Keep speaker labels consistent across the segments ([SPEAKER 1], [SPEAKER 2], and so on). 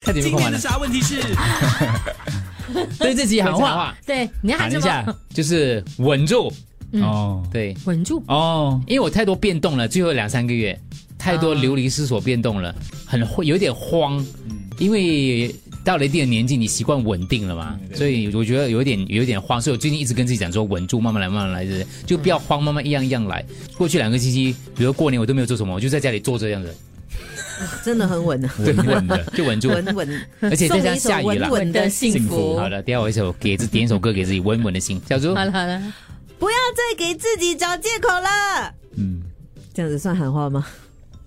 [SPEAKER 1] 看你们
[SPEAKER 2] 今
[SPEAKER 1] 空完
[SPEAKER 2] 天
[SPEAKER 1] 了。
[SPEAKER 2] 的啥问题是？
[SPEAKER 1] 对自己喊
[SPEAKER 2] 会讲
[SPEAKER 1] 话
[SPEAKER 2] 话，
[SPEAKER 3] 对，你要喊
[SPEAKER 1] 喊
[SPEAKER 3] 什
[SPEAKER 1] 一下
[SPEAKER 3] 么？，
[SPEAKER 1] 就是稳住。
[SPEAKER 2] 哦
[SPEAKER 1] 对，
[SPEAKER 3] 稳住，
[SPEAKER 2] 哦，
[SPEAKER 1] 因为我太多变动了，最后两三个月太多流离失所变动了，很会有点慌，因为到了一定的年纪，你习惯稳定了嘛，所以我觉得有点有点慌，所以我最近一直跟自己讲说稳住，慢慢来，慢慢来，就是就不要慌，慢慢一样一样来。过去两个星期，比如过年我都没有做什么，我就在家里坐着这样子，
[SPEAKER 4] 真的很稳的，
[SPEAKER 2] 稳稳的，
[SPEAKER 1] 就稳住，
[SPEAKER 4] 稳稳。
[SPEAKER 1] 而且
[SPEAKER 4] 送
[SPEAKER 1] 再
[SPEAKER 4] 你
[SPEAKER 1] 加上下
[SPEAKER 4] 一首
[SPEAKER 1] 雨
[SPEAKER 4] 稳
[SPEAKER 1] 了。
[SPEAKER 4] 稳的幸
[SPEAKER 2] 幸福
[SPEAKER 1] 好的，等一下我一首给自点一首歌给自己稳稳的心，小猪
[SPEAKER 3] 好了好了，
[SPEAKER 4] 不要再给自己找借口了。
[SPEAKER 2] 嗯，
[SPEAKER 4] 这样子算喊话吗？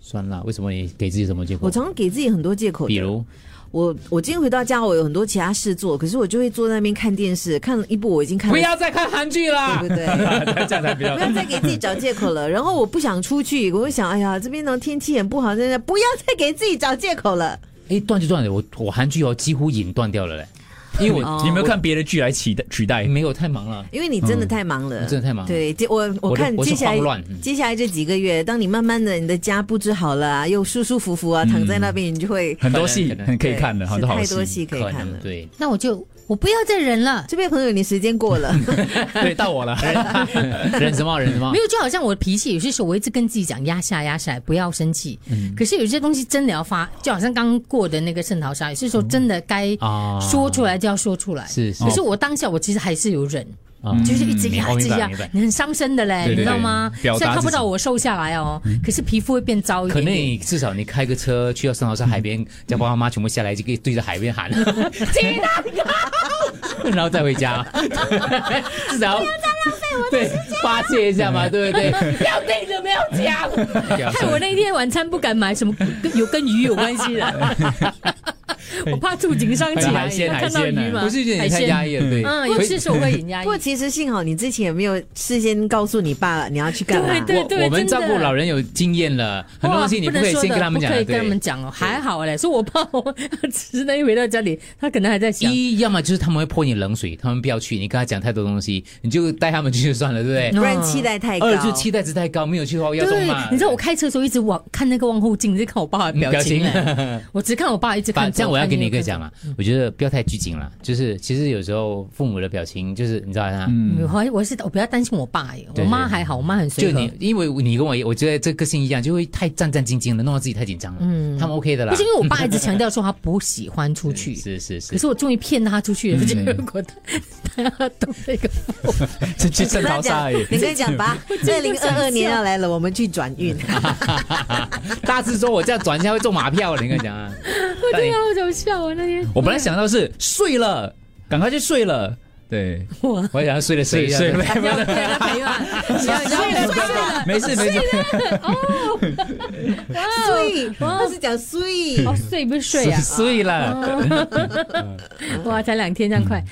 [SPEAKER 1] 算了，为什么你给自己什么结
[SPEAKER 4] 我
[SPEAKER 1] 果？
[SPEAKER 4] 常常给自己很多借口的。
[SPEAKER 1] 哦比如
[SPEAKER 4] 我我今天回到家，我有很多其他事做，可是我就会坐在那边看电视，看一部我已经看了
[SPEAKER 1] 不，要再看韩剧了
[SPEAKER 4] 对，不对？
[SPEAKER 2] 这样才比 较
[SPEAKER 4] 不要再给自己找借口了。然后我不想出去，我就想，哎呀，这边呢天气很不好，真的不要再给自己找借口了。
[SPEAKER 1] 哎，断就断了，我我韩剧哦几乎瘾断掉了嘞，因为我
[SPEAKER 4] 哦
[SPEAKER 2] 你有没有看别的剧来取代取代？
[SPEAKER 1] 没有太忙了。
[SPEAKER 4] 因为你真的太忙了，
[SPEAKER 1] 嗯真的太忙了
[SPEAKER 4] 对，接我我看
[SPEAKER 1] 我是
[SPEAKER 4] 接下
[SPEAKER 1] 慌
[SPEAKER 4] 来
[SPEAKER 1] 乱嗯
[SPEAKER 4] 接下来这几个月，当你慢慢的你的家布置好了啊，又舒舒服服啊，躺在那边，你就会
[SPEAKER 2] 很多戏
[SPEAKER 1] 可能可
[SPEAKER 2] 很
[SPEAKER 1] 能
[SPEAKER 2] 可以看的，
[SPEAKER 4] 对
[SPEAKER 2] 很多好
[SPEAKER 4] 是
[SPEAKER 2] 戏
[SPEAKER 4] 太多戏可以
[SPEAKER 1] 可
[SPEAKER 4] 看了
[SPEAKER 1] 能。 对，
[SPEAKER 3] 那我就我不要再忍了。
[SPEAKER 4] 这位朋友，你时间过了，
[SPEAKER 2] 对，到我了，
[SPEAKER 1] 人什么人什么
[SPEAKER 3] 没，有，就好像我的脾气，有些时候我一直跟自己讲压下压下，不要生气。
[SPEAKER 1] 嗯
[SPEAKER 3] 可是有些东西真的要发，就好像刚过的那个圣淘沙，有些时候真的该
[SPEAKER 1] 啊
[SPEAKER 3] 说出来就要说出来。
[SPEAKER 1] 哦是是
[SPEAKER 3] 可是我当下我其实还是有忍，
[SPEAKER 1] 啊
[SPEAKER 3] 就是一直压
[SPEAKER 1] 嗯
[SPEAKER 3] 一直
[SPEAKER 1] 明白
[SPEAKER 3] 压
[SPEAKER 1] 明白，
[SPEAKER 3] 啊你很伤身的
[SPEAKER 2] 对
[SPEAKER 3] 嘞，
[SPEAKER 2] 对
[SPEAKER 3] 你
[SPEAKER 2] 对
[SPEAKER 3] 知道吗？虽
[SPEAKER 2] 表达
[SPEAKER 3] 然看不
[SPEAKER 2] 自己
[SPEAKER 3] 到我瘦下来哦，可是皮肤会变糟一
[SPEAKER 1] 嗯可
[SPEAKER 3] 点
[SPEAKER 1] 能
[SPEAKER 3] 点。
[SPEAKER 1] 你至少你开个车去到圣淘沙海边，叫爸爸妈妈全部下来就可以对着海边 喊鸡蛋糕， 然后再回 家，至少不要再浪费我对发泄一下嘛，对 不对？
[SPEAKER 3] 不要对着，不要讲，害哎我那天晚餐不敢买什么跟有跟鱼有关系的，我怕触景伤情，
[SPEAKER 1] 海鲜啊
[SPEAKER 3] 看到
[SPEAKER 2] 海鲜
[SPEAKER 3] 鱼嘛，
[SPEAKER 1] 不是有点太压抑了，对，
[SPEAKER 3] 嗯，有些时候我会很压
[SPEAKER 4] 不
[SPEAKER 3] 抑。
[SPEAKER 4] 过其实幸好你之前也没有事先告诉你爸你要去干嘛，
[SPEAKER 3] 对 对
[SPEAKER 1] 我我们
[SPEAKER 3] 真的
[SPEAKER 1] 照顾老人有经验了，很多东西你
[SPEAKER 3] 哇
[SPEAKER 1] 可以先跟他们
[SPEAKER 3] 不能
[SPEAKER 1] 讲的，
[SPEAKER 3] 说的不可以跟他们
[SPEAKER 1] 对。
[SPEAKER 3] 讲哦，还好嘞。所以我怕我直男一回到家里，他可能还在想，
[SPEAKER 1] 一，要么就是他们会泼你冷水，他们不要去，你跟他讲太多东西，你就带他们去就算了，对不对？
[SPEAKER 4] 不然期待太高。
[SPEAKER 1] 二就是期待值太高，没有去的话要中
[SPEAKER 3] Oh 对
[SPEAKER 1] 嘛，。
[SPEAKER 3] 你知道我开车的时候一直往看那个望后镜，一直看我爸的
[SPEAKER 1] 嗯
[SPEAKER 3] 表情
[SPEAKER 1] 表情
[SPEAKER 3] 嘞，我只看我爸一直看
[SPEAKER 1] 反
[SPEAKER 3] 左。
[SPEAKER 1] 这样我要
[SPEAKER 3] 看
[SPEAKER 1] 跟你
[SPEAKER 3] 右
[SPEAKER 1] 一个
[SPEAKER 3] 看左
[SPEAKER 1] 讲啊，我觉得不要太拘谨了，就是其实有时候父母的表情就是你知道吗？
[SPEAKER 3] 嗯我还我是我比较担心我爸耶，我
[SPEAKER 1] 对
[SPEAKER 3] 妈还好，我妈很随
[SPEAKER 1] 就
[SPEAKER 3] 和。
[SPEAKER 1] 你，因为你跟我一，我觉得这个性一样，就会太战战兢兢的，弄到自己太紧张了。嗯，他们 OK 的啦
[SPEAKER 3] 不是。因为我爸一直强调说他不喜欢出 去，
[SPEAKER 1] 是是
[SPEAKER 3] 可
[SPEAKER 1] 是，
[SPEAKER 3] 是我终于骗他出去了，结果他他懂那个，
[SPEAKER 2] 这去圣
[SPEAKER 4] 跟他
[SPEAKER 2] 淘沙
[SPEAKER 4] 讲
[SPEAKER 2] 而已，。
[SPEAKER 4] 你跟他讲吧，二零二二年要来了，我们去转运。
[SPEAKER 1] 大致说我这样转一下会中马票，你跟我讲 啊。那
[SPEAKER 3] 对
[SPEAKER 1] 你
[SPEAKER 3] 啊，我就笑我那天。
[SPEAKER 2] 我本来想到是睡了，赶快去睡了。对，
[SPEAKER 3] 我
[SPEAKER 1] 我想睡了睡一下。
[SPEAKER 2] 睡了，
[SPEAKER 3] 你要跟他陪伴，啊你要睡了睡了，
[SPEAKER 2] 没事没事，
[SPEAKER 4] 睡，他是讲 睡。
[SPEAKER 3] 哦睡不睡 啊？
[SPEAKER 2] 睡了。
[SPEAKER 3] 哇，才两天这样快，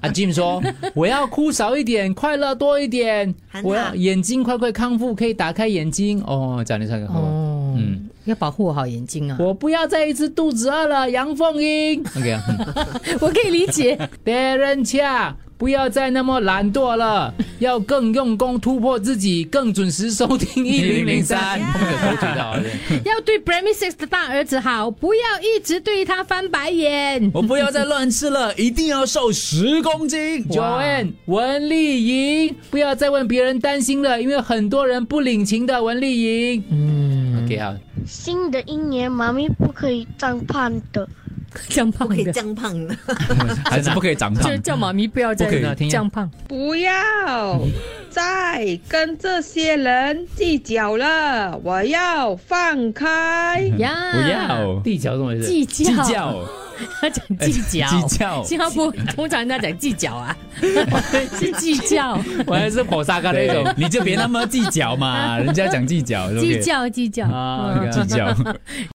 [SPEAKER 1] 啊，Jim 说我要哭少一点，快乐多一点
[SPEAKER 4] 喊，他
[SPEAKER 1] 我要眼睛快快康复，可以打开眼睛。哦，讲你唱歌好不好？
[SPEAKER 3] 哦，
[SPEAKER 1] 嗯
[SPEAKER 3] 要保护好眼睛啊！
[SPEAKER 1] 我不要再一直肚子饿了，杨凤英。OK 啊， 嗯
[SPEAKER 3] 我可以理解，
[SPEAKER 1] 别人恰。不要再那么懒惰了，要更用功突破自己，更准时收听一零零三。
[SPEAKER 4] Yeah
[SPEAKER 1] 他们有口水到对
[SPEAKER 3] 要对 b r a m y Six 的大儿子好，不要一直对他翻白眼。
[SPEAKER 2] 我不要再乱吃了，一定要瘦十公斤。
[SPEAKER 1] Joanne 文丽莹，不要再问别人担心了，因为很多人不领情的。文丽莹，嗯，OK 好，
[SPEAKER 5] 新的一年，妈咪不可以长胖的。
[SPEAKER 3] 降胖
[SPEAKER 4] 不可以
[SPEAKER 3] 的，
[SPEAKER 4] 降胖的，
[SPEAKER 2] 还是不可以长
[SPEAKER 3] 就
[SPEAKER 2] 胖
[SPEAKER 3] 是。叫妈咪不要
[SPEAKER 1] 不可以
[SPEAKER 3] 再
[SPEAKER 1] 啊听一下
[SPEAKER 3] 降胖。
[SPEAKER 6] 不要再跟这些人计较了，我要放开。
[SPEAKER 3] 呀，
[SPEAKER 2] 不要
[SPEAKER 1] 地球怎么回事？
[SPEAKER 3] 计较，
[SPEAKER 2] 计较，哎
[SPEAKER 3] 他 讲计较，
[SPEAKER 2] 计较
[SPEAKER 3] 新加坡通常人家讲计较啊，是计较，
[SPEAKER 1] 我还是火沙咖那
[SPEAKER 2] 对
[SPEAKER 1] 种，。
[SPEAKER 2] 你就别那么计较嘛，人家讲计较，对不对
[SPEAKER 3] 计较，计较
[SPEAKER 1] 啊，OK
[SPEAKER 2] 计较。